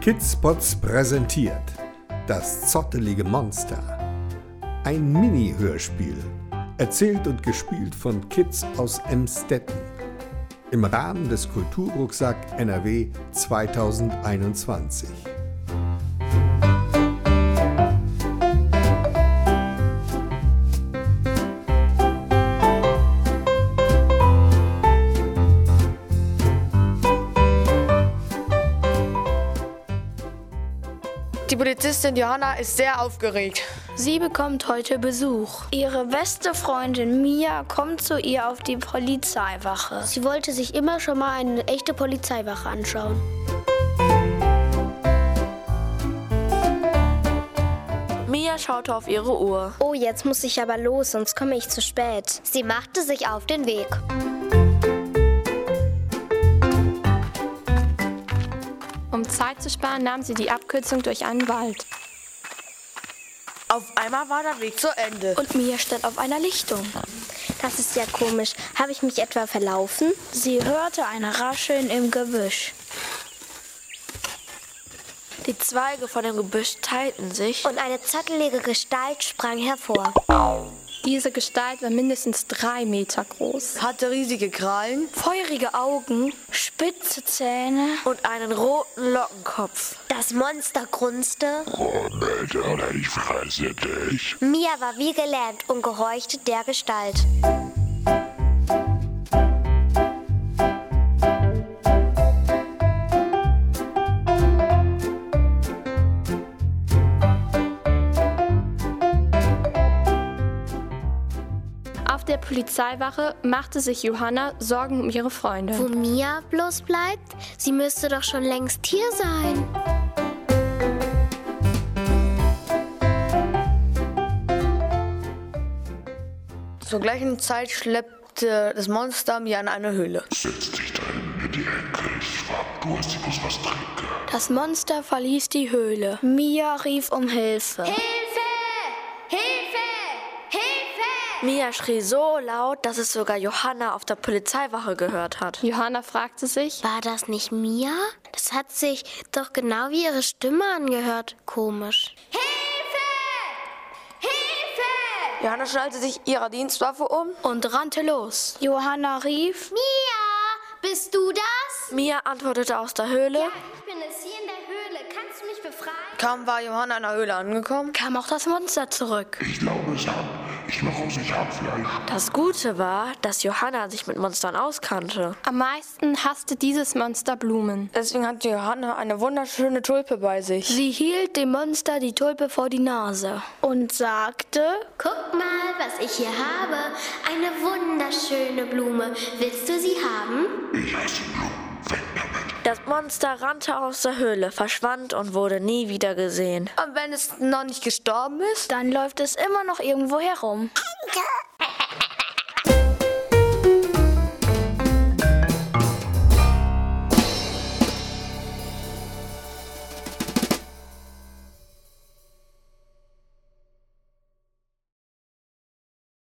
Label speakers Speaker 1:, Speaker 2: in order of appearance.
Speaker 1: Kidspots präsentiert Das zottelige Monster. Ein Mini-Hörspiel, erzählt und gespielt von Kids aus Emstetten. Im Rahmen des Kulturrucksack NRW 2021.
Speaker 2: Die Polizistin Johanna ist sehr aufgeregt.
Speaker 3: Sie bekommt heute Besuch.
Speaker 4: Ihre beste Freundin Mia kommt zu ihr auf die Polizeiwache.
Speaker 5: Sie wollte sich immer schon mal eine echte Polizeiwache anschauen.
Speaker 3: Mia schaute auf ihre Uhr.
Speaker 5: Oh, jetzt muss ich aber los, sonst komme ich zu spät.
Speaker 6: Sie machte sich auf den Weg.
Speaker 3: Um Zeit zu sparen, nahm sie die Abkürzung durch einen Wald.
Speaker 2: Auf einmal war der Weg zu Ende.
Speaker 3: Und Mia stand auf einer Lichtung.
Speaker 5: Das ist ja komisch. Habe ich mich etwa verlaufen?
Speaker 4: Sie hörte ein Rascheln im Gebüsch.
Speaker 3: Die Zweige von dem Gebüsch teilten sich.
Speaker 6: Und eine zottelige Gestalt sprang hervor.
Speaker 3: Diese Gestalt war mindestens drei Meter groß,
Speaker 2: Hatte riesige Krallen
Speaker 3: feurige Augen
Speaker 4: Spitze Zähne.
Speaker 3: und einen roten Lockenkopf.
Speaker 6: Das Monster grunzte.
Speaker 7: Moment, oder Oh, ich fresse dich.
Speaker 6: Mia war wie gelähmt und gehorchte der Gestalt.
Speaker 3: Auf der Polizeiwache machte sich Johanna Sorgen um ihre Freunde.
Speaker 6: Wo Mia bloß bleibt? Sie müsste doch schon längst hier sein.
Speaker 2: Zur gleichen Zeit schleppte das Monster mir an eine Höhle.
Speaker 7: Setz dich da hinten in die Ecke, Schwapp, du hast, ich muss was trinken.
Speaker 3: Das Monster verließ die Höhle.
Speaker 4: Mia rief um Hilfe.
Speaker 3: Mia schrie so laut, dass es sogar Johanna auf der Polizeiwache gehört hat. Johanna fragte sich,
Speaker 6: War das nicht Mia? Das hat sich doch genau wie ihre Stimme angehört. Komisch.
Speaker 2: Johanna schnallte sich ihrer Dienstwaffe um.
Speaker 3: und rannte los.
Speaker 4: Johanna rief.
Speaker 6: Mia, bist du das?
Speaker 3: Mia antwortete aus der Höhle.
Speaker 6: Ich bin es hier in der Höhle. Kannst du mich befreien?
Speaker 2: Kaum war Johanna in der Höhle angekommen.
Speaker 3: kam auch das Monster zurück.
Speaker 7: Ich glaube, es hab, ich glaube, ich hab Fleisch.
Speaker 3: Das Gute war, dass Johanna sich mit Monstern auskannte. Am meisten hasste dieses Monster Blumen.
Speaker 2: Deswegen hatte Johanna eine wunderschöne Tulpe bei sich.
Speaker 3: Sie hielt dem Monster die Tulpe vor die Nase.
Speaker 4: und sagte,
Speaker 6: Guck mal, was ich hier habe. Eine wunderschöne Blume. Willst du sie haben?
Speaker 7: Ich hasse Blumen, weg damit.
Speaker 3: Das Monster rannte aus der Höhle, verschwand und wurde nie wieder gesehen.
Speaker 2: Und wenn es noch nicht gestorben ist,
Speaker 4: dann läuft es immer noch irgendwo herum.